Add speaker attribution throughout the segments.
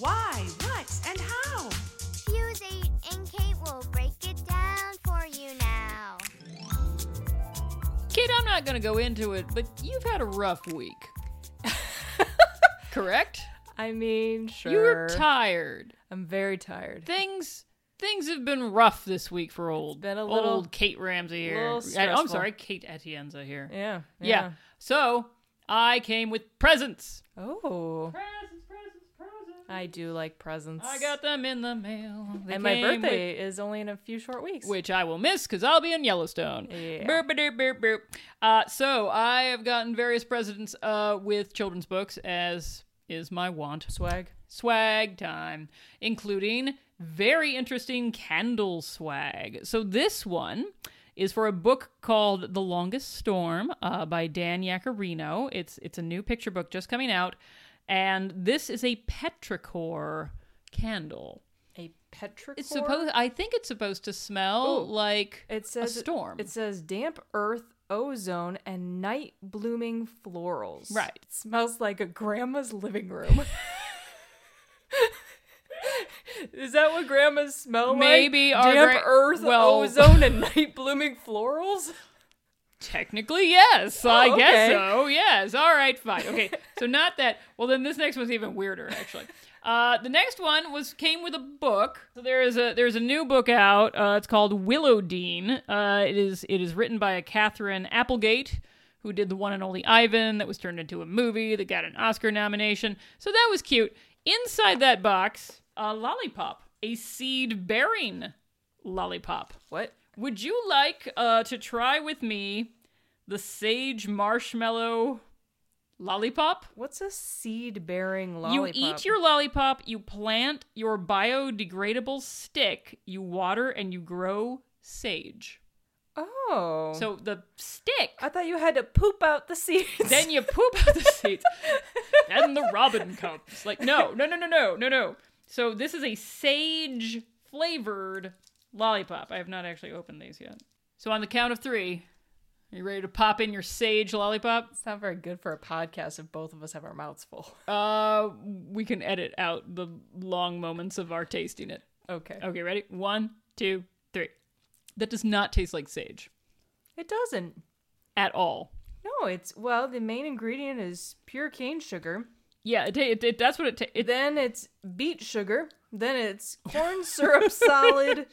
Speaker 1: Why, what, and how?
Speaker 2: Fuse 8 and Kate will break it down for you now.
Speaker 3: Kate, I'm not going to go into it, but you've had a rough week. Correct?
Speaker 4: I mean, sure.
Speaker 3: You were tired.
Speaker 4: I'm very tired.
Speaker 3: Things things have been rough this week for old
Speaker 4: been a little-
Speaker 3: old Kate Ramsey here.
Speaker 4: little
Speaker 3: I- I'm
Speaker 4: stressful.
Speaker 3: sorry, Kate Etienza here. Yeah.
Speaker 4: yeah,
Speaker 3: So, I came with presents.
Speaker 4: Oh,
Speaker 3: Presents, presents, presents.
Speaker 4: I do like presents.
Speaker 3: I got them in the mail. They
Speaker 4: And my
Speaker 3: came with-
Speaker 4: birthday is only in a few short weeks.
Speaker 3: which I will miss because I'll be in Yellowstone.
Speaker 4: Yeah.
Speaker 3: Burp, burp, burp, burp. Uh, so I have gotten various presents uh, with children's books, as is my wont.
Speaker 4: swag.
Speaker 3: Swag time, including very interesting candle swag. So this one is for a book called The Longest Storm uh, by Dan Yacarino. It's it's a new picture book just coming out, and this is a petrichor candle.
Speaker 4: A petrichor.
Speaker 3: It's supposed. I think it's supposed to smell
Speaker 4: Ooh.
Speaker 3: like
Speaker 4: It says
Speaker 3: a storm.
Speaker 4: It says damp earth, ozone, and night blooming florals.
Speaker 3: Right.
Speaker 4: It smells like a grandma's living room. Is that what grandmas smell
Speaker 3: Maybe
Speaker 4: like?
Speaker 3: our
Speaker 4: damp
Speaker 3: gra-
Speaker 4: earth,
Speaker 3: well-
Speaker 4: ozone, and night blooming florals.
Speaker 3: Technically, yes. I
Speaker 4: Oh,
Speaker 3: guess
Speaker 4: okay.
Speaker 3: so. Yes. All right. Fine. Okay. so not that. Well, then this next one's even weirder, actually. Uh, the next one was came with a book. So there is a there's a new book out. Uh, it's called Willow Dean. Uh, it is it is written by a Catherine Applegate, who did the one and only Ivan that was turned into a movie that got an Oscar nomination. So that was cute. Inside that box, a lollipop, a seed bearing lollipop.
Speaker 4: What?
Speaker 3: Would you like uh, to try with me the sage marshmallow lollipop?
Speaker 4: What's a seed bearing lollipop?
Speaker 3: You eat your lollipop, you plant your biodegradable stick, you water, and you grow sage.
Speaker 4: Oh.
Speaker 3: So the stick,
Speaker 4: I thought you had to poop out the seeds.
Speaker 3: then you poop out the seeds. and the robin comes. Like, no, no, no, no, no, no, no. So this is a sage flavored lollipop. I have not actually opened these yet. So on the count of three, are you ready to pop in your sage lollipop?
Speaker 4: it's not very good for a podcast if both of us have our mouths full.
Speaker 3: Uh, we can edit out the long moments of our tasting it.
Speaker 4: Okay.
Speaker 3: Okay, ready? One, two, three. That does not taste like sage
Speaker 4: It doesn't.
Speaker 3: at all.
Speaker 4: No, it's well, the main ingredient is pure cane sugar.
Speaker 3: Yeah, it, ta- it, it that's what it, ta- it
Speaker 4: Then it's beet sugar. Then it's corn syrup solid,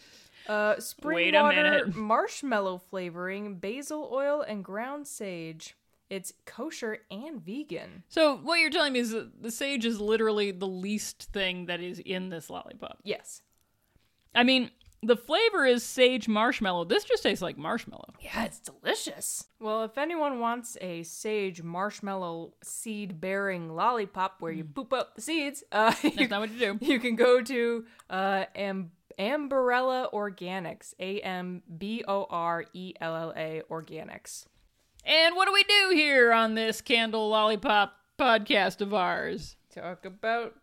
Speaker 4: uh, spring
Speaker 3: Wait a
Speaker 4: water,
Speaker 3: minute.
Speaker 4: marshmallow flavoring, basil oil, and ground sage. It's kosher and vegan.
Speaker 3: So what you're telling me is that the sage is literally the least thing that is in this lollipop.
Speaker 4: Yes.
Speaker 3: I mean, the flavor is sage marshmallow. This just tastes like marshmallow.
Speaker 4: Yeah, it's delicious. Well, if anyone wants a sage marshmallow seed bearing lollipop where you poop up the seeds, uh, you,
Speaker 3: Mm. That's not what you do.
Speaker 4: you can go to uh, Am- Ambarella Organics, A M B O R E L L A Organics.
Speaker 3: And what do we do here on this candle lollipop podcast of ours?
Speaker 4: Talk about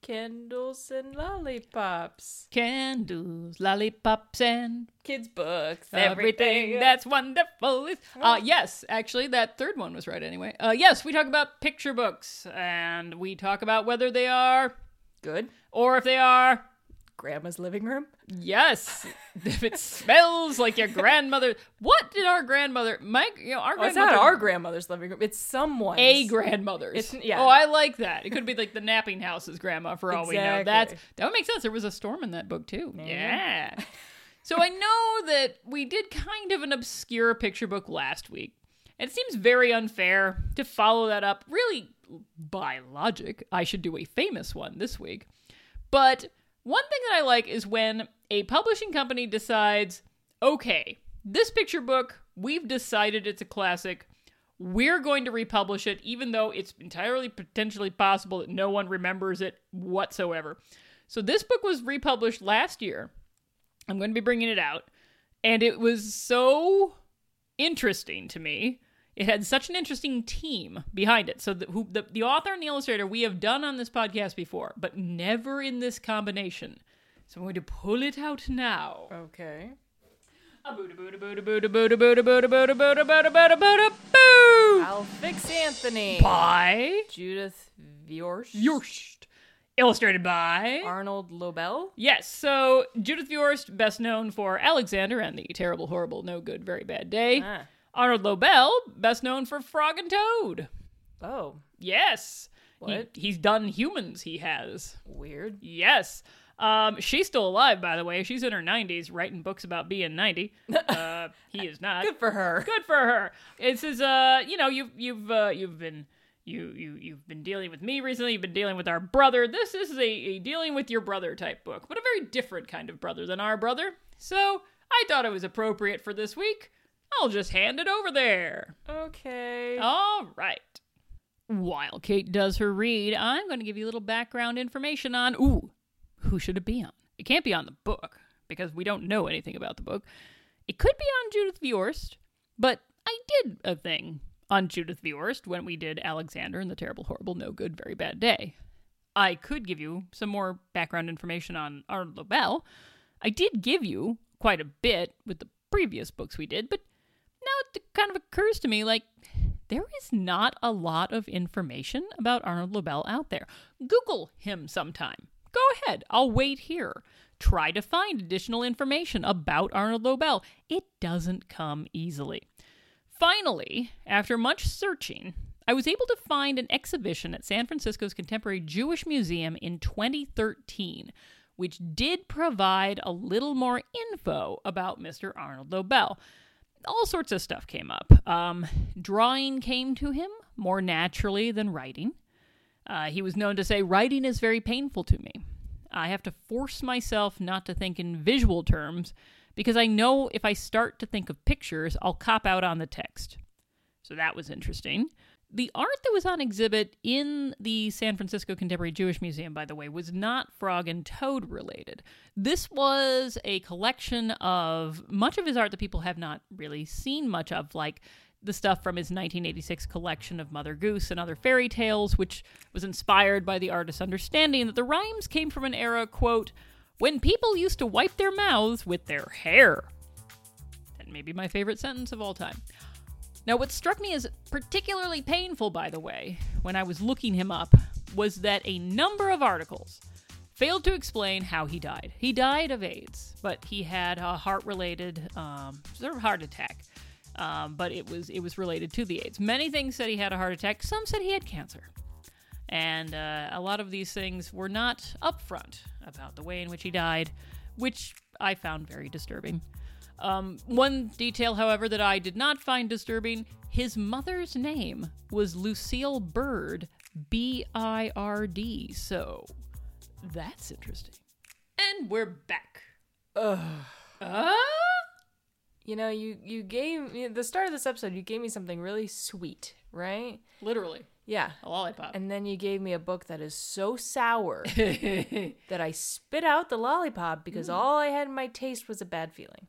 Speaker 4: candles and lollipops,
Speaker 3: Candles, lollipops, and
Speaker 4: kids' books,
Speaker 3: Everything that's wonderful is. Uh, yes, actually, that third one was right anyway. Uh, yes, we talk about picture books and we talk about whether they are
Speaker 4: good.
Speaker 3: or if they are.
Speaker 4: Grandma's living room.
Speaker 3: Yes, if it smells like your grandmother. What did our grandmother, Mike? You know, our
Speaker 4: Well, it's
Speaker 3: grandmother.
Speaker 4: not our grandmother's living room. It's someone's.
Speaker 3: a grandmother's.
Speaker 4: It's- yeah.
Speaker 3: Oh, I like that. It could be like the napping house's grandma for all we know.
Speaker 4: Exactly.
Speaker 3: That's that would make sense. There was a storm in that book too. Yeah. so I know that we did kind of an obscure picture book last week. And it seems very unfair to follow that up. Really, by logic, I should do a famous one this week. But one thing that I like is when a publishing company decides, okay, this picture book, we've decided it's a classic. We're going to republish it, even though it's entirely potentially possible that no one remembers it whatsoever. So this book was republished last year. I'm going to be bringing it out. And it was so interesting to me. It had such an interesting team behind it. So the, who, the, the author and the illustrator we have done on this podcast before, but never in this combination. So I'm going to pull it out now.
Speaker 4: Okay.
Speaker 3: By
Speaker 4: I'll fix Anthony. Judith Viorst.
Speaker 3: Yorst. Illustrated by
Speaker 4: Arnold Lobel.
Speaker 3: Yes, so Judith Viorst, best known for Alexander and the Terrible, Horrible, No Good, Very Bad Day.
Speaker 4: Ah.
Speaker 3: Arnold Lobel, best known for Frog and Toad.
Speaker 4: Oh,
Speaker 3: Yes. He-
Speaker 4: What?
Speaker 3: he's done humans, he has.
Speaker 4: weird.
Speaker 3: Yes. Um, she's still alive, by the way. She's in her 90s, writing books about being 90. Uh, he is not.
Speaker 4: Good for her.
Speaker 3: Good for her. This is uh, you know, you've you've uh, you've been you you you've been dealing with me recently. You've been dealing with our brother. This is a, a dealing with your brother type book, but a very different kind of brother than our brother. So I thought it was appropriate for this week. I'll just hand it over there.
Speaker 4: Okay.
Speaker 3: All right. While Kate does her read, I'm going to give you a little background information on ooh, who should it be on? It can't be on the book because we don't know anything about the book. It could be on Judith Viorst, but I did a thing on Judith Viorst when we did Alexander and the Terrible, Horrible, No Good, Very Bad Day. I could give you some more background information on Arnold Lobel. I did give you quite a bit with the previous books we did, but now it kind of occurs to me like there is not a lot of information about Arnold Lobel out there. Google him sometime. Go ahead, I'll wait here. Try to find additional information about Arnold Lobel. It doesn't come easily. Finally, after much searching, I was able to find an exhibition at San Francisco's Contemporary Jewish Museum in 2013, which did provide a little more info about Mr. Arnold Lobel. All sorts of stuff came up. Um, drawing came to him more naturally than writing. Uh, he was known to say, Writing is very painful to me. I have to force myself not to think in visual terms because I know if I start to think of pictures, I'll cop out on the text. So that was interesting. The art that was on exhibit in the San Francisco Contemporary Jewish Museum, by the way, was not frog and toad related. This was a collection of much of his art that people have not really seen much of, like the stuff from his 1986 collection of Mother Goose and Other Fairy Tales, which was inspired by the artist's understanding that the rhymes came from an era, quote, when people used to wipe their mouths with their hair. That may be my favorite sentence of all time. Now, what struck me as particularly painful, by the way, when I was looking him up, was that a number of articles failed to explain how he died. He died of AIDS, but he had a heart-related um, sort of heart attack. Um, but it was it was related to the AIDS. Many things said he had a heart attack. Some said he had cancer, and uh, a lot of these things were not upfront about the way in which he died, which I found very disturbing. Um, one detail, however, that I did not find disturbing his mother's name was Lucille Bird, B I R D. So that's interesting. And we're back. Uh,
Speaker 4: You know, you you gave at the start of this episode, you gave me something really sweet, right?
Speaker 3: literally,
Speaker 4: Yeah.
Speaker 3: a lollipop.
Speaker 4: And then you gave me a book that is so sour that I spit out the lollipop because
Speaker 3: Mm.
Speaker 4: all I had in my taste was a bad feeling.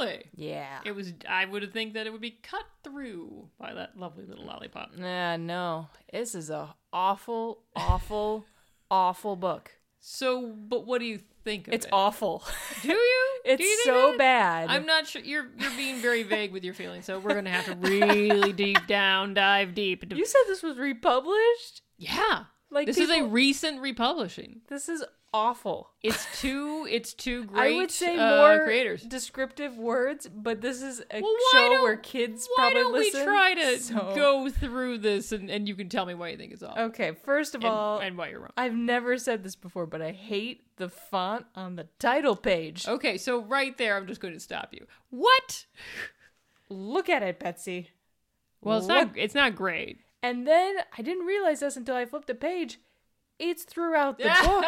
Speaker 3: really?
Speaker 4: Yeah.
Speaker 3: It was. I would think that it would be cut through by that lovely little lollipop.
Speaker 4: Nah, no. This is a awful, awful, awful book.
Speaker 3: So, but what do you think of
Speaker 4: It's
Speaker 3: it?
Speaker 4: awful.
Speaker 3: Do you? Do you
Speaker 4: It's
Speaker 3: think
Speaker 4: so
Speaker 3: that?
Speaker 4: bad.
Speaker 3: I'm not sure. You're you're being very vague with your feelings, so we're gonna have to really deep down, dive deep. Into,
Speaker 4: You said this was republished?
Speaker 3: yeah,
Speaker 4: Like
Speaker 3: this is a
Speaker 4: people-
Speaker 3: recent republishing.
Speaker 4: This is awful.
Speaker 3: It's two. It's two great.
Speaker 4: I would say
Speaker 3: uh,
Speaker 4: more
Speaker 3: creators.
Speaker 4: descriptive words, but this is a
Speaker 3: Well, why
Speaker 4: show
Speaker 3: don't-
Speaker 4: where kids
Speaker 3: Why
Speaker 4: probably
Speaker 3: don't
Speaker 4: listen.
Speaker 3: we try to
Speaker 4: so-
Speaker 3: go through this and, and you can tell me why you think it's awful
Speaker 4: Okay, first of
Speaker 3: and,
Speaker 4: all,
Speaker 3: and why you're wrong.
Speaker 4: I've never said this before, but I hate the font on the title page.
Speaker 3: Okay, so right there, I'm just going to stop you. What?
Speaker 4: Look at it, Betsy.
Speaker 3: Well, it's not. It's not great.
Speaker 4: And then I didn't realize this until I flipped the page. It's throughout the book.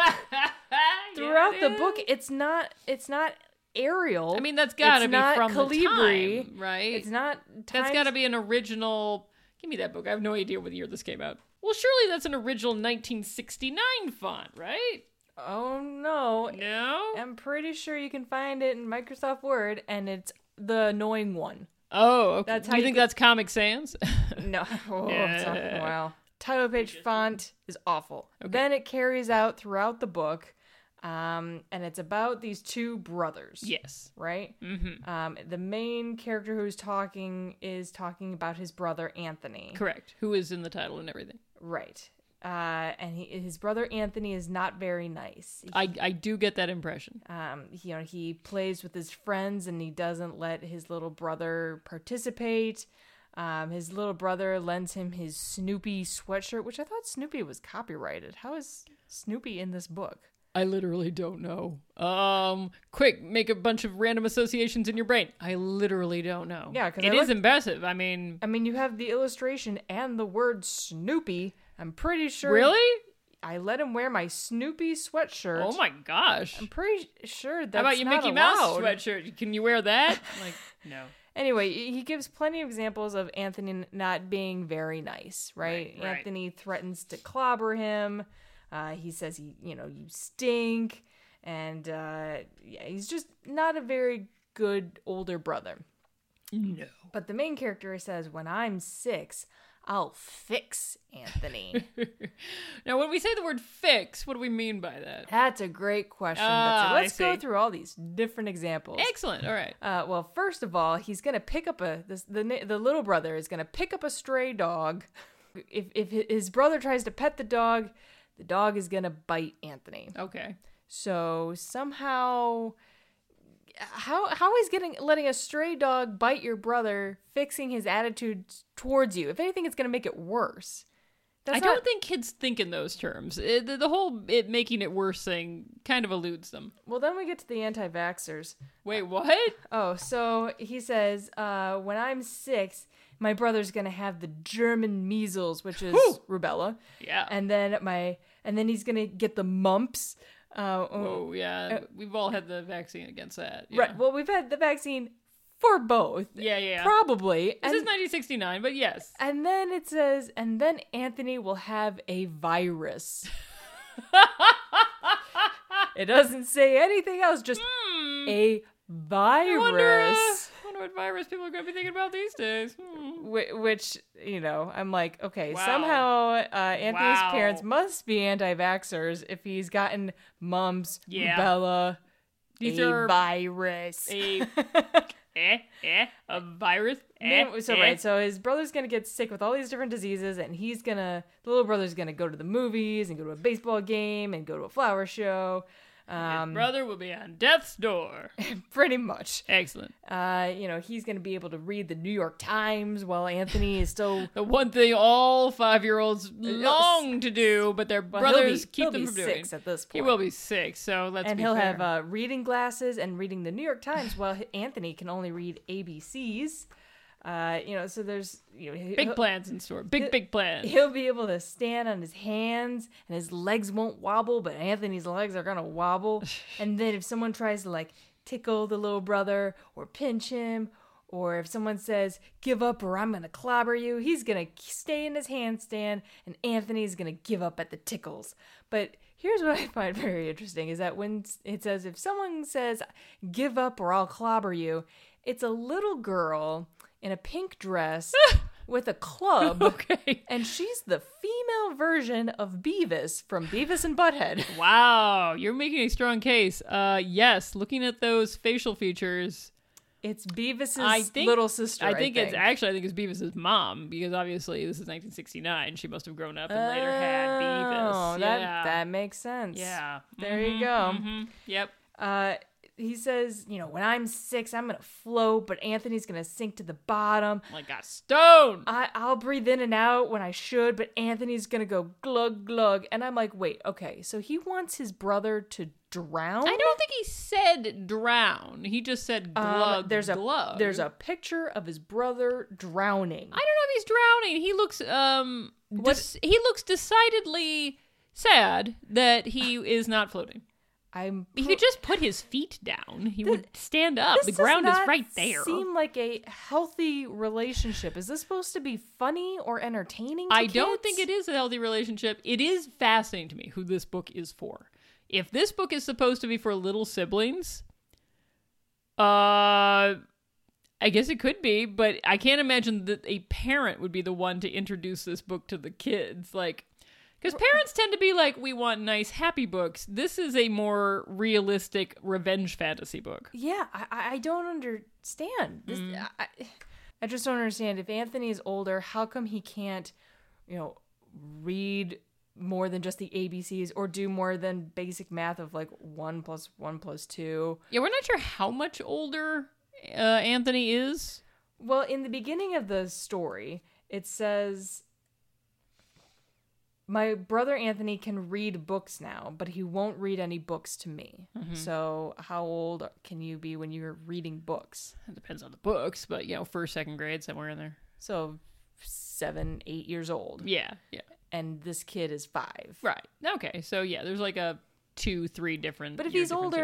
Speaker 4: Throughout
Speaker 3: Yeah,
Speaker 4: the
Speaker 3: it
Speaker 4: book,
Speaker 3: is.
Speaker 4: it's not. It's not Arial.
Speaker 3: I mean, that's gotta
Speaker 4: It's
Speaker 3: be
Speaker 4: not
Speaker 3: from the
Speaker 4: Calibri.
Speaker 3: time, right?
Speaker 4: It's not.
Speaker 3: That's
Speaker 4: Times-
Speaker 3: got to be an original. Give me that book. I have no idea what year this came out. Well, surely that's an original 1969 font, right?
Speaker 4: Oh no.
Speaker 3: No?
Speaker 4: I'm pretty sure you can find it in Microsoft Word, and it's the annoying one.
Speaker 3: Oh, okay. That's
Speaker 4: That's how
Speaker 3: you
Speaker 4: you
Speaker 3: think
Speaker 4: get-
Speaker 3: that's Comic Sans?
Speaker 4: No. Oh,
Speaker 3: Yeah.
Speaker 4: Wow. Title page font is awful. Then it carries out throughout the book, um, and it's about these two brothers.
Speaker 3: yes.
Speaker 4: Right? Mm-hmm. Um, the main character who's talking is talking about his brother, Anthony.
Speaker 3: Correct. Who is in the title and everything?
Speaker 4: Right. Uh, and he, his brother, Anthony, is not very nice.
Speaker 3: I, I do get that impression.
Speaker 4: um, he- you know, he plays with his friends and he doesn't let his little brother participate. Um, his little brother lends him his Snoopy sweatshirt, which I thought Snoopy was copyrighted. How is Snoopy in this book?
Speaker 3: I literally don't know. Um, quick, make a bunch of random associations in your brain. I literally don't know.
Speaker 4: Yeah, 'cause
Speaker 3: it
Speaker 4: I
Speaker 3: is
Speaker 4: looked-
Speaker 3: impressive. I mean,
Speaker 4: I mean, you have the illustration and the word Snoopy. I'm pretty sure.
Speaker 3: really?
Speaker 4: I let him wear my Snoopy sweatshirt.
Speaker 3: Oh my gosh!
Speaker 4: I'm pretty sure that's
Speaker 3: How about your
Speaker 4: not
Speaker 3: Mickey Mouse
Speaker 4: allowed.
Speaker 3: sweatshirt? Can you wear that? like, no.
Speaker 4: Anyway, he gives plenty of examples of Anthony not being very nice, right?
Speaker 3: Right, right.
Speaker 4: Anthony threatens to clobber him. Uh, he says he, you know, you stink, and uh, yeah, he's just not a very good older brother.
Speaker 3: No.
Speaker 4: But the main character says, "When I'm six, I'll fix Anthony."
Speaker 3: Now, when we say the word fix, what do we mean by that?
Speaker 4: That's a great question.
Speaker 3: Ah,
Speaker 4: Betsy.
Speaker 3: I
Speaker 4: Let's go
Speaker 3: see.
Speaker 4: through all these different examples.
Speaker 3: Excellent. All right.
Speaker 4: Uh, well, first of all, he's gonna pick up a this, the na- the little brother is gonna pick up a stray dog. If if hi- his brother tries to pet the dog, the dog is gonna bite Anthony.
Speaker 3: Okay.
Speaker 4: So somehow, how how is getting letting a stray dog bite your brother fixing his attitude towards you? If anything, it's gonna make it worse. That's
Speaker 3: I don't
Speaker 4: not-
Speaker 3: think kids think in those terms. It, the, the whole it making it worse thing kind of eludes them.
Speaker 4: Well, then we get to the anti-vaxxers.
Speaker 3: Wait, what?
Speaker 4: Oh, so he says, uh, when I'm six, my brother's gonna have the German measles, which is
Speaker 3: Whew.
Speaker 4: rubella,
Speaker 3: Yeah.
Speaker 4: and then my and then he's gonna get the mumps. Uh,
Speaker 3: oh yeah, we've all had the vaccine against that. Yeah.
Speaker 4: Right. Well, we've had the vaccine for both,
Speaker 3: yeah, yeah.
Speaker 4: probably.
Speaker 3: this
Speaker 4: and,
Speaker 3: is 1969, but yes.
Speaker 4: and then it says, and then Anthony will have a virus. it doesn't say anything else, just a virus.
Speaker 3: Hmm. I wonder, uh, wonder what virus people are going to be thinking about these days. Hmm.
Speaker 4: Wh- which you know i'm like okay
Speaker 3: Wow.
Speaker 4: somehow uh, anthony's
Speaker 3: Wow.
Speaker 4: parents must be anti-vaxxers if he's gotten mumps
Speaker 3: Yeah.
Speaker 4: rubella
Speaker 3: These
Speaker 4: a
Speaker 3: are
Speaker 4: virus
Speaker 3: a eh, eh, a virus. Eh,
Speaker 4: Then- so
Speaker 3: eh.
Speaker 4: right so his brother's gonna get sick with all these different diseases and he's gonna the little brother's gonna go to the movies and go to a baseball game and go to a flower show um,
Speaker 3: brother will be on death's door.
Speaker 4: pretty much.
Speaker 3: Excellent.
Speaker 4: Uh, you know, he's going to be able to read the New York Times while Anthony is still
Speaker 3: The one thing all
Speaker 4: Uh,
Speaker 3: five-year-olds long to do, but their
Speaker 4: Well, he'll
Speaker 3: brothers
Speaker 4: be-
Speaker 3: keep
Speaker 4: he'll
Speaker 3: them
Speaker 4: be
Speaker 3: from doing.
Speaker 4: six at this point.
Speaker 3: He will be six, so let's
Speaker 4: and
Speaker 3: be
Speaker 4: he'll
Speaker 3: fair.
Speaker 4: have uh, reading glasses and reading the New York Times while h- Anthony can only read ABCs. Uh, you know, so there's you know he-
Speaker 3: big
Speaker 4: he'll,
Speaker 3: plans in store. Big big plans.
Speaker 4: he'll be able to stand on his hands and his legs won't wobble, but Anthony's legs are gonna wobble. and then if someone tries to like tickle the little brother or pinch him, or if someone says "give up" or "I'm gonna clobber you," he's gonna k- stay in his handstand, and Anthony's gonna give up at the tickles. But here's what I find very interesting: is that when s- it says if someone says "give up" or "I'll clobber you," it's a little girl in a pink dress. With a club
Speaker 3: Okay.
Speaker 4: and she's the female version of Beavis from Beavis and Butthead.
Speaker 3: Wow, you're making a strong case. Uh, yes, looking at those facial features,
Speaker 4: It's Beavis's
Speaker 3: I think
Speaker 4: little sister.
Speaker 3: I think, it's actually I think it's Beavis's mom because obviously this is 1969. She must have grown up and later had Beavis.
Speaker 4: Oh, that
Speaker 3: yeah.
Speaker 4: that makes sense.
Speaker 3: yeah. Mm-hmm,
Speaker 4: There you go.
Speaker 3: Yep.
Speaker 4: Uh, he says, you know, when I'm six, I'm gonna float, but Anthony's gonna sink to the bottom.
Speaker 3: Like a stone.
Speaker 4: I, I'll breathe in and out when I should, but Anthony's gonna go glug glug. And I'm like, wait, okay, so he wants his brother to drown.
Speaker 3: I don't think he said drown. He just said
Speaker 4: Um,
Speaker 3: glug.
Speaker 4: there's a
Speaker 3: glug.
Speaker 4: there's a picture of his brother drowning.
Speaker 3: I don't know if he's drowning. He looks um dis- he looks decidedly sad that he is not floating.
Speaker 4: I'm
Speaker 3: He could just put his feet down. He would stand up.
Speaker 4: This
Speaker 3: The
Speaker 4: does
Speaker 3: ground is
Speaker 4: not
Speaker 3: right there.
Speaker 4: Seem like a healthy relationship. Is this supposed to be funny or entertaining? To
Speaker 3: I don't
Speaker 4: kids?
Speaker 3: think it is a healthy relationship. It is fascinating to me who this book is for. if this book is supposed to be for little siblings, uh, I guess it could be, but I can't imagine that a parent would be the one to introduce this book to the kids. Like, because parents tend to be like, we want nice, happy books. This is a more realistic revenge fantasy book.
Speaker 4: Yeah, I, I I don't understand. This,
Speaker 3: Mm.
Speaker 4: I, I just don't understand. If Anthony is older, how come he can't, you know, read more than just the ABCs or do more than basic math of like one plus one plus two?
Speaker 3: Yeah, we're not sure how much older uh, Anthony is.
Speaker 4: Well, in the beginning of the story, it says. My brother Anthony can read books now, but he won't read any books to me.
Speaker 3: Mm-hmm.
Speaker 4: So, how old can you be when you're reading books?
Speaker 3: It depends on the books, but you know, first, second grade, somewhere in there.
Speaker 4: So, seven, eight years old.
Speaker 3: Yeah, yeah,
Speaker 4: and this kid is five.
Speaker 3: right. Okay, so yeah, there's like a two, three different.
Speaker 4: But if
Speaker 3: year
Speaker 4: he's
Speaker 3: difference
Speaker 4: older,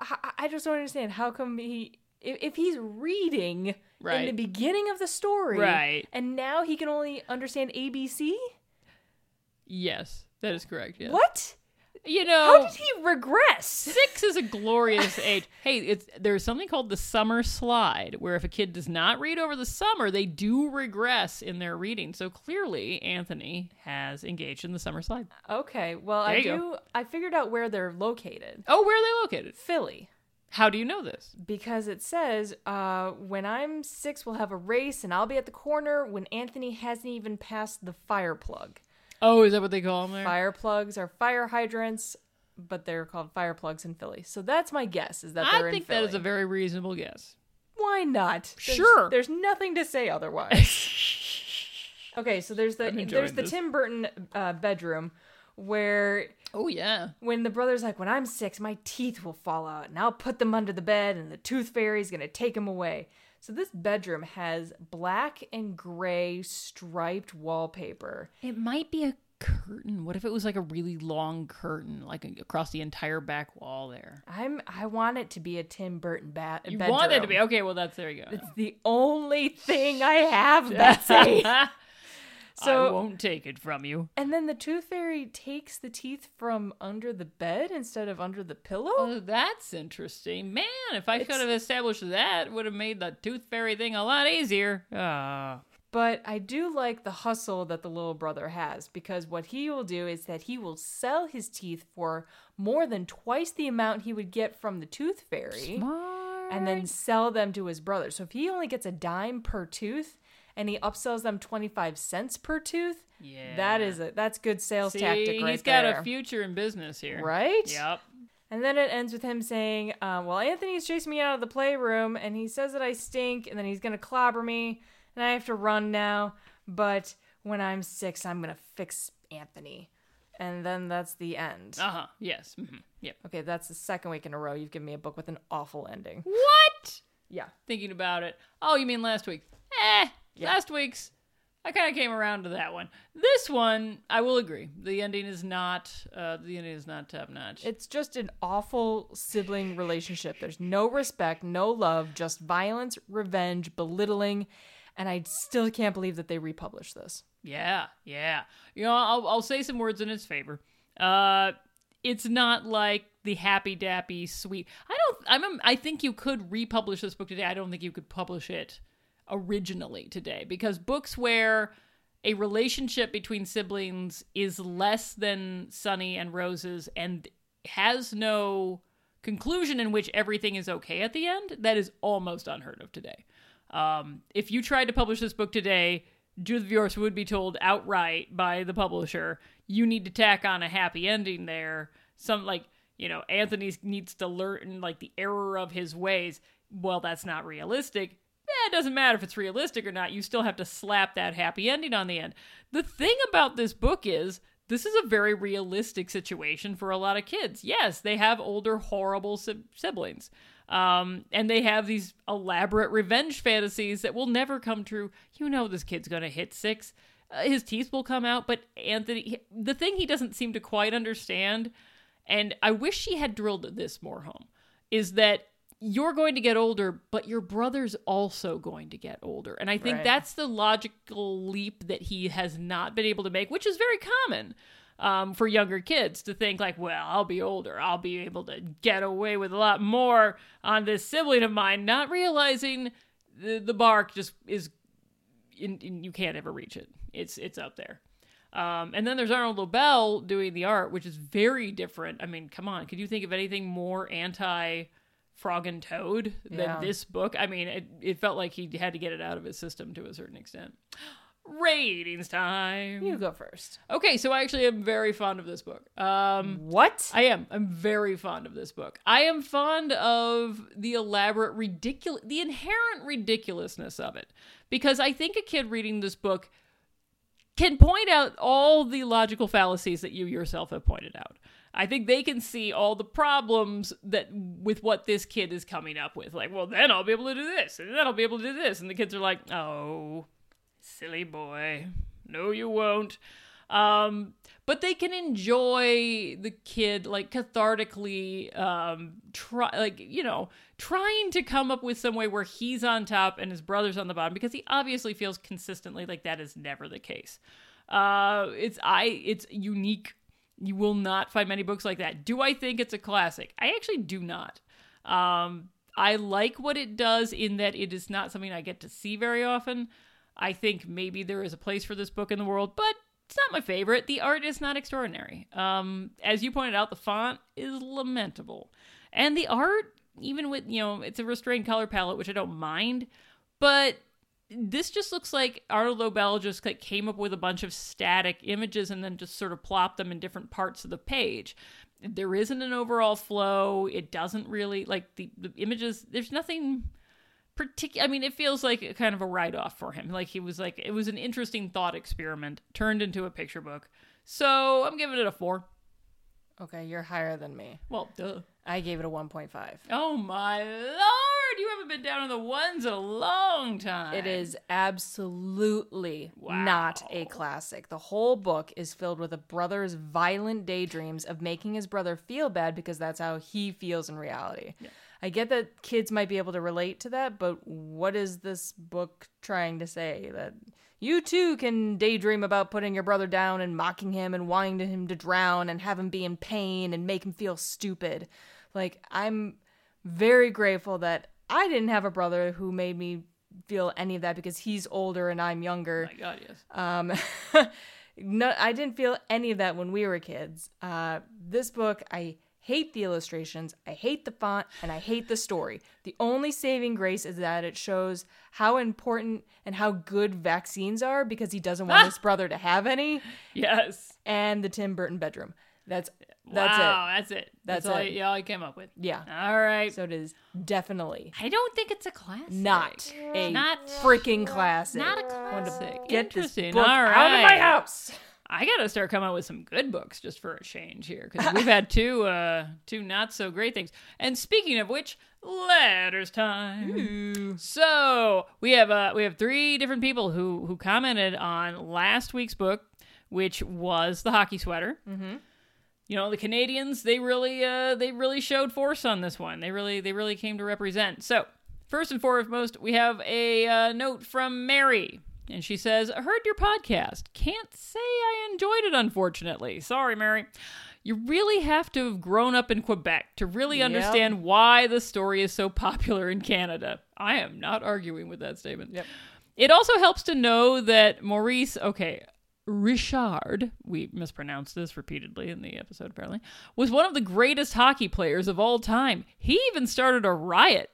Speaker 3: there.
Speaker 4: I, I just don't understand how come he. If, if he's reading in the
Speaker 3: Right.
Speaker 4: beginning of the story,
Speaker 3: Right.
Speaker 4: and now he can only understand ABC,
Speaker 3: yes, that is correct. Yeah,
Speaker 4: what?
Speaker 3: you
Speaker 4: How
Speaker 3: know,
Speaker 4: did he regress?
Speaker 3: six is a glorious age. Hey, it's there's something called the summer slide, where if a kid does not read over the summer, they do regress in their reading. So clearly, Anthony has engaged in the summer slide.
Speaker 4: Okay, well I
Speaker 3: There you
Speaker 4: do.
Speaker 3: go.
Speaker 4: I figured out where they're located.
Speaker 3: Oh, where are they located?
Speaker 4: Philly,
Speaker 3: How do you know this?
Speaker 4: because it says uh, when I'm six, we'll have a race, and I'll be at the corner when Anthony hasn't even passed the fire plug.
Speaker 3: Oh, is that what they call them there?
Speaker 4: fire plugs are fire hydrants, but they're called fire plugs in Philly. So that's my guess is that they're
Speaker 3: I
Speaker 4: in
Speaker 3: think
Speaker 4: Philly.
Speaker 3: that is a very reasonable guess.
Speaker 4: Why not? There's-
Speaker 3: Sure.
Speaker 4: There's nothing to say otherwise. okay, so there's the
Speaker 3: I'm enjoying
Speaker 4: there's the
Speaker 3: this.
Speaker 4: Tim Burton uh, bedroom where
Speaker 3: Oh yeah.
Speaker 4: when the brother's like, when I'm six, my teeth will fall out, and I'll put them under the bed, and the tooth fairy's gonna take them away. So this bedroom has black and gray striped wallpaper.
Speaker 3: It might be a curtain. What if it was like a really long curtain, like across the entire back wall there?
Speaker 4: I'm I want it to be a Tim Burton bat.
Speaker 3: You
Speaker 4: bedroom.
Speaker 3: want it to be okay. Well, that's there you go.
Speaker 4: It's the only thing I have, Betsy.
Speaker 3: I
Speaker 4: So- Oh.
Speaker 3: won't take it from you.
Speaker 4: and then the tooth fairy takes the teeth from under the bed instead of under the pillow.
Speaker 3: Oh, that's interesting, man. If I could have established that, it would have made the tooth fairy thing a lot easier. Ah,
Speaker 4: But I do like the hustle that the little brother has because what he will do is that he will sell his teeth for more than twice the amount he would get from the tooth fairy and then sell them to his brother. So if he only gets a dime per tooth and he upsells them 25 cents per tooth, that
Speaker 3: Yeah.
Speaker 4: is a that's good sales
Speaker 3: See,
Speaker 4: tactic right
Speaker 3: he's got
Speaker 4: there.
Speaker 3: a future in business here,
Speaker 4: Right?
Speaker 3: Yep.
Speaker 4: And then it ends with him saying, uh, Well, Anthony's chasing me out of the playroom, and he says that I stink, and then he's going to clobber me, and I have to run now. But when I'm six, I'm going to fix Anthony. And then that's the end.
Speaker 3: Uh huh. Yes. hmm Yep.
Speaker 4: Okay, that's the second week in a row you've given me a book with an awful ending.
Speaker 3: What?
Speaker 4: Yeah.
Speaker 3: thinking about it. Oh, you mean last week? Eh, last week's. I kind of came around to that one. This one, I will agree. The ending is not. Uh, the ending is not top notch.
Speaker 4: It's just an awful sibling relationship. There's no respect, no love, just violence, revenge, belittling. And I still can't believe that they republished this.
Speaker 3: Yeah, yeah. You know, I'll, I'll say some words in its favor. Uh, it's not like the happy dappy sweet. I don't. I'm. I think you could republish this book today. I don't think you could publish it originally today because books where a relationship between siblings is less than Sunny and Rose's and has no conclusion in which everything is okay at the end that is almost unheard of today. Um, if you tried to publish this book today, Judith Viors would be told outright by the publisher, you need to tack on a happy ending there. Some like, you know, Anthony needs to learn like the error of his ways. Well, that's not realistic. Eh, it doesn't matter if it's realistic or not. You still have to slap that happy ending on the end. The thing about this book is this is a very realistic situation for a lot of kids. Yes, they have older, horrible sib- siblings. Um, and they have these elaborate revenge fantasies that will never come true. You know, this kid's going to hit six. Uh, his teeth will come out. But Anthony, he- the thing he doesn't seem to quite understand, and I wish she had drilled this more home, is that you're going to get older, but your brother's also going to get older. And I think
Speaker 4: Right.
Speaker 3: that's the logical leap that he has not been able to make, which is very common. um, for younger kids to think like, well, I'll be older, I'll be able to get away with a lot more on this sibling of mine, not realizing the, the bark just is, in, in, you can't ever reach it. It's it's up there. Um, and then there's Arnold Lobel doing the art, which is very different. I mean, come on, could you think of anything more anti Frog and Toad than
Speaker 4: Yeah.
Speaker 3: this book? I mean, it, it felt like he had to get it out of his system to a certain extent. Ratings time.
Speaker 4: You go first.
Speaker 3: Okay, so I actually am very fond of this book. Um,
Speaker 4: What?
Speaker 3: I am. I'm very fond of this book. I am fond of the elaborate, ridiculous, the inherent ridiculousness of it, because I think a kid reading this book can point out all the logical fallacies that you yourself have pointed out. I think they can see all the problems that with what this kid is coming up with. Like, well, then I'll be able to do this, and then I'll be able to do this, and the kids are like, oh, silly boy, no, you won't um but they can enjoy the kid like cathartically um try like you know trying to come up with some way where he's on top and his brother's on the bottom because he obviously feels consistently like that is never the case uh it's i it's unique you will not find many books like that do i think it's a classic i actually do not um i like what it does in that it is not something i get to see very often I think maybe there is a place for this book in the world, but it's not my favorite. The art is not extraordinary. Um, as you pointed out, the font is lamentable. And the art, even with, you know, it's a restrained color palette, which I don't mind, but this just looks like Arlo Lobel just like came up with a bunch of static images and then just sort of plopped them in different parts of the page. There isn't an overall flow. It doesn't really like the, the images. There's nothing particular. I mean, it feels like a kind of a write off for him. Like he was like it was an interesting thought experiment turned into a picture book. So I'm giving it a four.
Speaker 4: okay, you're higher than me.
Speaker 3: Well, duh.
Speaker 4: I gave it a 1.5.
Speaker 3: Oh my lord, you haven't been down on the ones in a long time.
Speaker 4: It is absolutely not a classic. The whole book is filled with a brother's violent daydreams of making his brother feel bad because that's how he feels in reality. I get that kids might be able to relate to that, but what is this book trying to say? That you too can daydream about putting your brother down and mocking him and wanting him to drown and have him be in pain and make him feel stupid. Like, I'm very grateful that I didn't have a brother who made me feel any of that because he's older and I'm younger.
Speaker 3: Oh my god, yes.
Speaker 4: Um, no, I didn't feel any of that when we were kids. Uh, this book, I hate the illustrations, I hate the font, and I hate the story. The only saving grace is that it shows how important and how good vaccines are because he doesn't want his brother to have any,
Speaker 3: Yes.
Speaker 4: and the Tim Burton bedroom. That's that's
Speaker 3: Wow, that's it. That's,
Speaker 4: That's
Speaker 3: all,
Speaker 4: it.
Speaker 3: you, all I came up with.
Speaker 4: Yeah.
Speaker 3: All right.
Speaker 4: it. So it is definitely
Speaker 3: I don't think it's a classic.
Speaker 4: not a
Speaker 3: Not-
Speaker 4: freaking classic.
Speaker 3: Not a classic.
Speaker 4: Get this
Speaker 3: Interesting.
Speaker 4: book
Speaker 3: all right.
Speaker 4: out of my house.
Speaker 3: I gotta start coming up with some good books just for a change here because we've had two uh two not so great things. And speaking of which, letters time. So we have uh we have three different people who who commented on last week's book, which was the hockey sweater. Mm-hmm. You know the Canadians they really uh they really showed force on this one. They really they really came to represent. So first and foremost, we have a uh, note from Mary. And she says, Heard your podcast. Can't say I enjoyed it, unfortunately. Sorry, Mary. You really have to have grown up in Quebec to really understand why the story is so popular in Canada. I am not arguing with that statement. Yep. It also helps to know that Maurice, okay, Richard, we mispronounced this repeatedly in the episode apparently, was one of the greatest hockey players of all time. He even started a riot.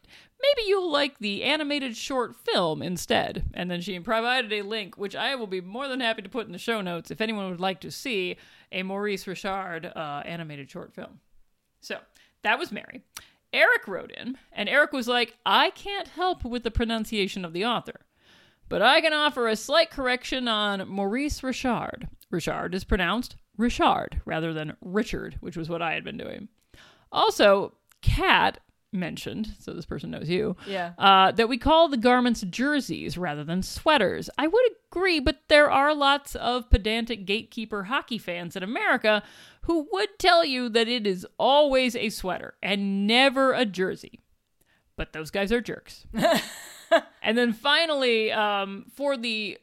Speaker 3: Maybe you'll like the animated short film instead. And then she provided a link, which I will be more than happy to put in the show notes if anyone would like to see a Maurice Richard uh, animated short film. So that was Mary. Eric wrote in, and Eric was like, I can't help with the pronunciation of the author but I can offer a slight correction on Maurice Richard. Richard is pronounced Richard rather than Richard, which was what I had been doing. Also, Kat mentioned, so this person knows you,
Speaker 4: Yeah.
Speaker 3: uh, that we call the garments jerseys rather than sweaters. I would agree, but there are lots of pedantic gatekeeper hockey fans in America who would tell you that it is always a sweater and never a jersey. But those guys are jerks. And then finally, um, for the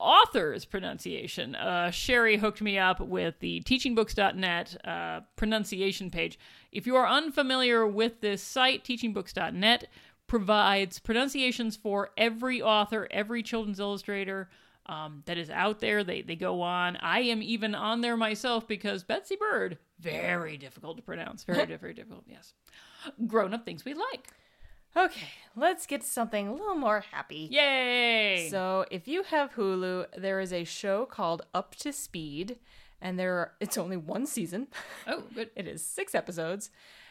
Speaker 3: author's pronunciation. Uh, Sherry hooked me up with the teachingbooks.net uh, pronunciation page. If you are unfamiliar with this site, teachingbooks.net provides pronunciations for every author, every children's illustrator um, that is out there. They, they go on. I am even on there myself because Betsy Bird, very difficult to pronounce. Very, very difficult, yes. Grown up things we like.
Speaker 4: Okay, let's get to something a little more happy.
Speaker 3: Yay!
Speaker 4: So, if you have Hulu, there is a show called Up to Speed, and there are, it's only one season.
Speaker 3: oh, good.
Speaker 4: It is six episodes,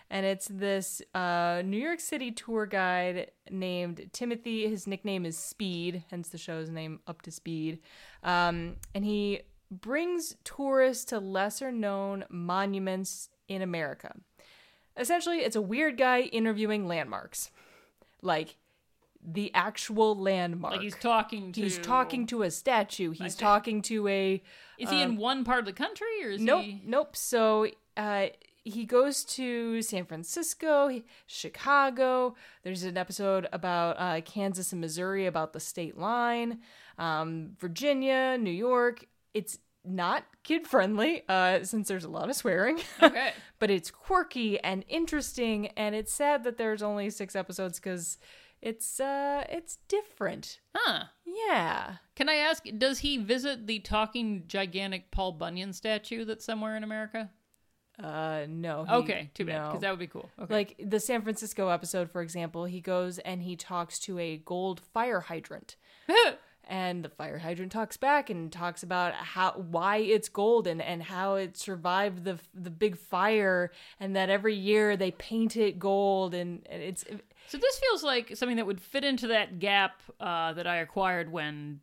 Speaker 4: and it's this uh, New York City tour guide named Timothy. His nickname is Speed, hence the show's name, Up to Speed. Um, and he brings tourists to lesser known monuments in America. Essentially, it's a weird guy interviewing landmarks, like the actual landmark.
Speaker 3: Like he's talking to.
Speaker 4: He's talking to a statue. He's talking to a
Speaker 3: Is he in one part of the country or is
Speaker 4: Nope,
Speaker 3: he?
Speaker 4: nope. So uh, he goes to San Francisco, he- Chicago. There's an episode about uh, Kansas and Missouri about the state line, um, Virginia, New York. It's not kid friendly uh, since there's a lot of swearing.
Speaker 3: Okay.
Speaker 4: but it's quirky and interesting, and it's sad that there's only six episodes because it's uh, it's different.
Speaker 3: Huh.
Speaker 4: Yeah.
Speaker 3: Can I ask, does he visit the talking gigantic Paul Bunyan statue that's somewhere in America?
Speaker 4: Uh, no. he-
Speaker 3: Okay, too bad,
Speaker 4: no.
Speaker 3: because that would be cool. Okay.
Speaker 4: Like the San Francisco episode, for example, he goes and he talks to a gold fire hydrant. and the fire hydrant talks back and talks about how why it's gold and, and how it survived the the big fire and that every year they paint it gold and, and it's
Speaker 3: so this feels like something that would fit into that gap uh, that I acquired when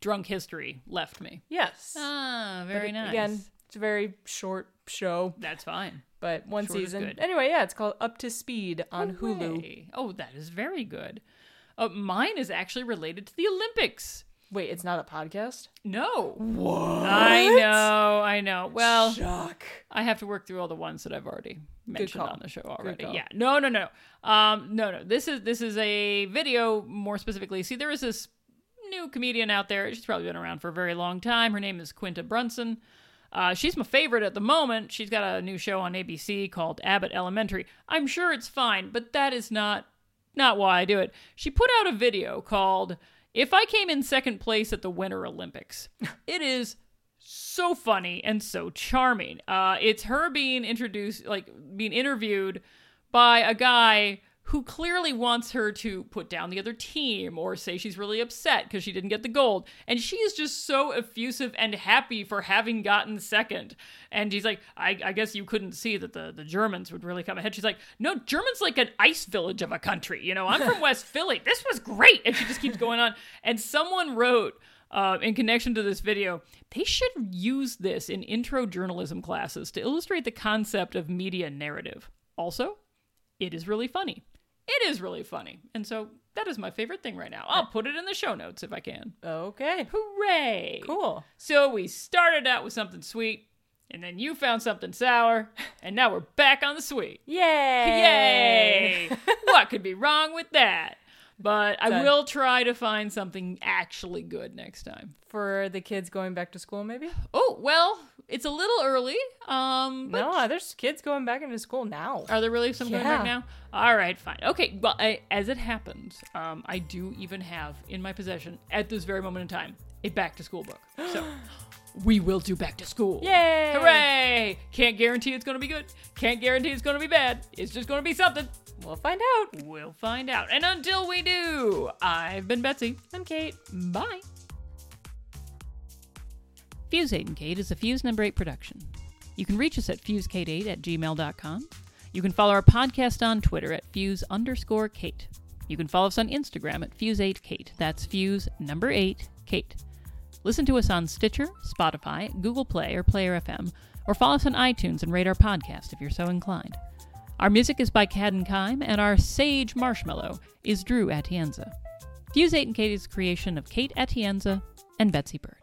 Speaker 3: Drunk History left me.
Speaker 4: yes.
Speaker 3: Ah, very nice.
Speaker 4: Again, it's a very short show,
Speaker 3: That's fine.
Speaker 4: but one
Speaker 3: Short is
Speaker 4: season.
Speaker 3: good.
Speaker 4: Anyway, yeah, it's called Up to Speed on Hulu.
Speaker 3: Hey. Oh, that is very good. Uh, mine is actually related to the Olympics.
Speaker 4: Wait, it's not a podcast?
Speaker 3: No. What? I know, I know. Well,
Speaker 4: Duck.
Speaker 3: I have to work through all the ones that I've already mentioned
Speaker 4: call.
Speaker 3: on the show already.
Speaker 4: call.
Speaker 3: Yeah. No, no, no. Um, no, no. This is this is a video more specifically. See, there is this new comedian out there. She's probably been around for a very long time. Her name is Quinta Brunson. Uh, she's my favorite at the moment. She's got a new show on ABC called Abbott Elementary. I'm sure it's fine, but that is not not why I do it. She put out a video called "If I Came in Second Place at the Winter Olympics." it is so funny and so charming. Uh, it's her being introduced, like being interviewed by a guy who clearly wants her to put down the other team or say she's really upset because she didn't get the gold. And she is just so effusive and happy for having gotten second. And he's like, I, I guess you couldn't see that the, the Germans would really come ahead. She's like, No, German's like an ice village of a country. You know, I'm from West Philly. This was great. And she just keeps going on. And someone wrote, uh, in connection to this video, they should use this in intro journalism classes to illustrate the concept of media narrative. Also, it is really funny. It is really funny. And so that is my favorite thing right now. I'll put it in the show notes if I can.
Speaker 4: Okay.
Speaker 3: Hooray!
Speaker 4: Cool.
Speaker 3: So we started out with something sweet, and then you found something sour, and now we're back on the sweet.
Speaker 4: Yay!
Speaker 3: Yay! what could be wrong with that? But I
Speaker 4: Done.
Speaker 3: will try to find something actually good next time.
Speaker 4: For the kids going back to school, maybe?
Speaker 3: Oh, well, it's a little early. Um, but
Speaker 4: no, there's kids going back into school now.
Speaker 3: are there really some going
Speaker 4: Yeah.
Speaker 3: back now? All right, fine. Okay, well, I, as it happens, um, I do even have in my possession at this very moment in time a back to school book. So we will do back to school.
Speaker 4: Yay!
Speaker 3: Hooray! Can't guarantee it's going to be good. Can't guarantee it's going to be bad. It's just going to be something.
Speaker 4: We'll find out.
Speaker 3: We'll find out. And until we do, I've been Betsy.
Speaker 4: I'm Kate.
Speaker 3: Bye. Fuse 8 and Kate is a Fuse number 8 production. You can reach us at fusekate8 at gmail.com. You can follow our podcast on Twitter at fuse underscore Kate. You can follow us on Instagram at fuse8kate. That's fuse number 8 Kate. Listen to us on Stitcher, Spotify, Google Play, or Player FM, or follow us on iTunes and rate our podcast if you're so inclined. Our music is by Cadden Kime, and our sage marshmallow is Drew Atienza. Fuse 8 and Kate is a creation of Kate Atienza and Betsy Bird.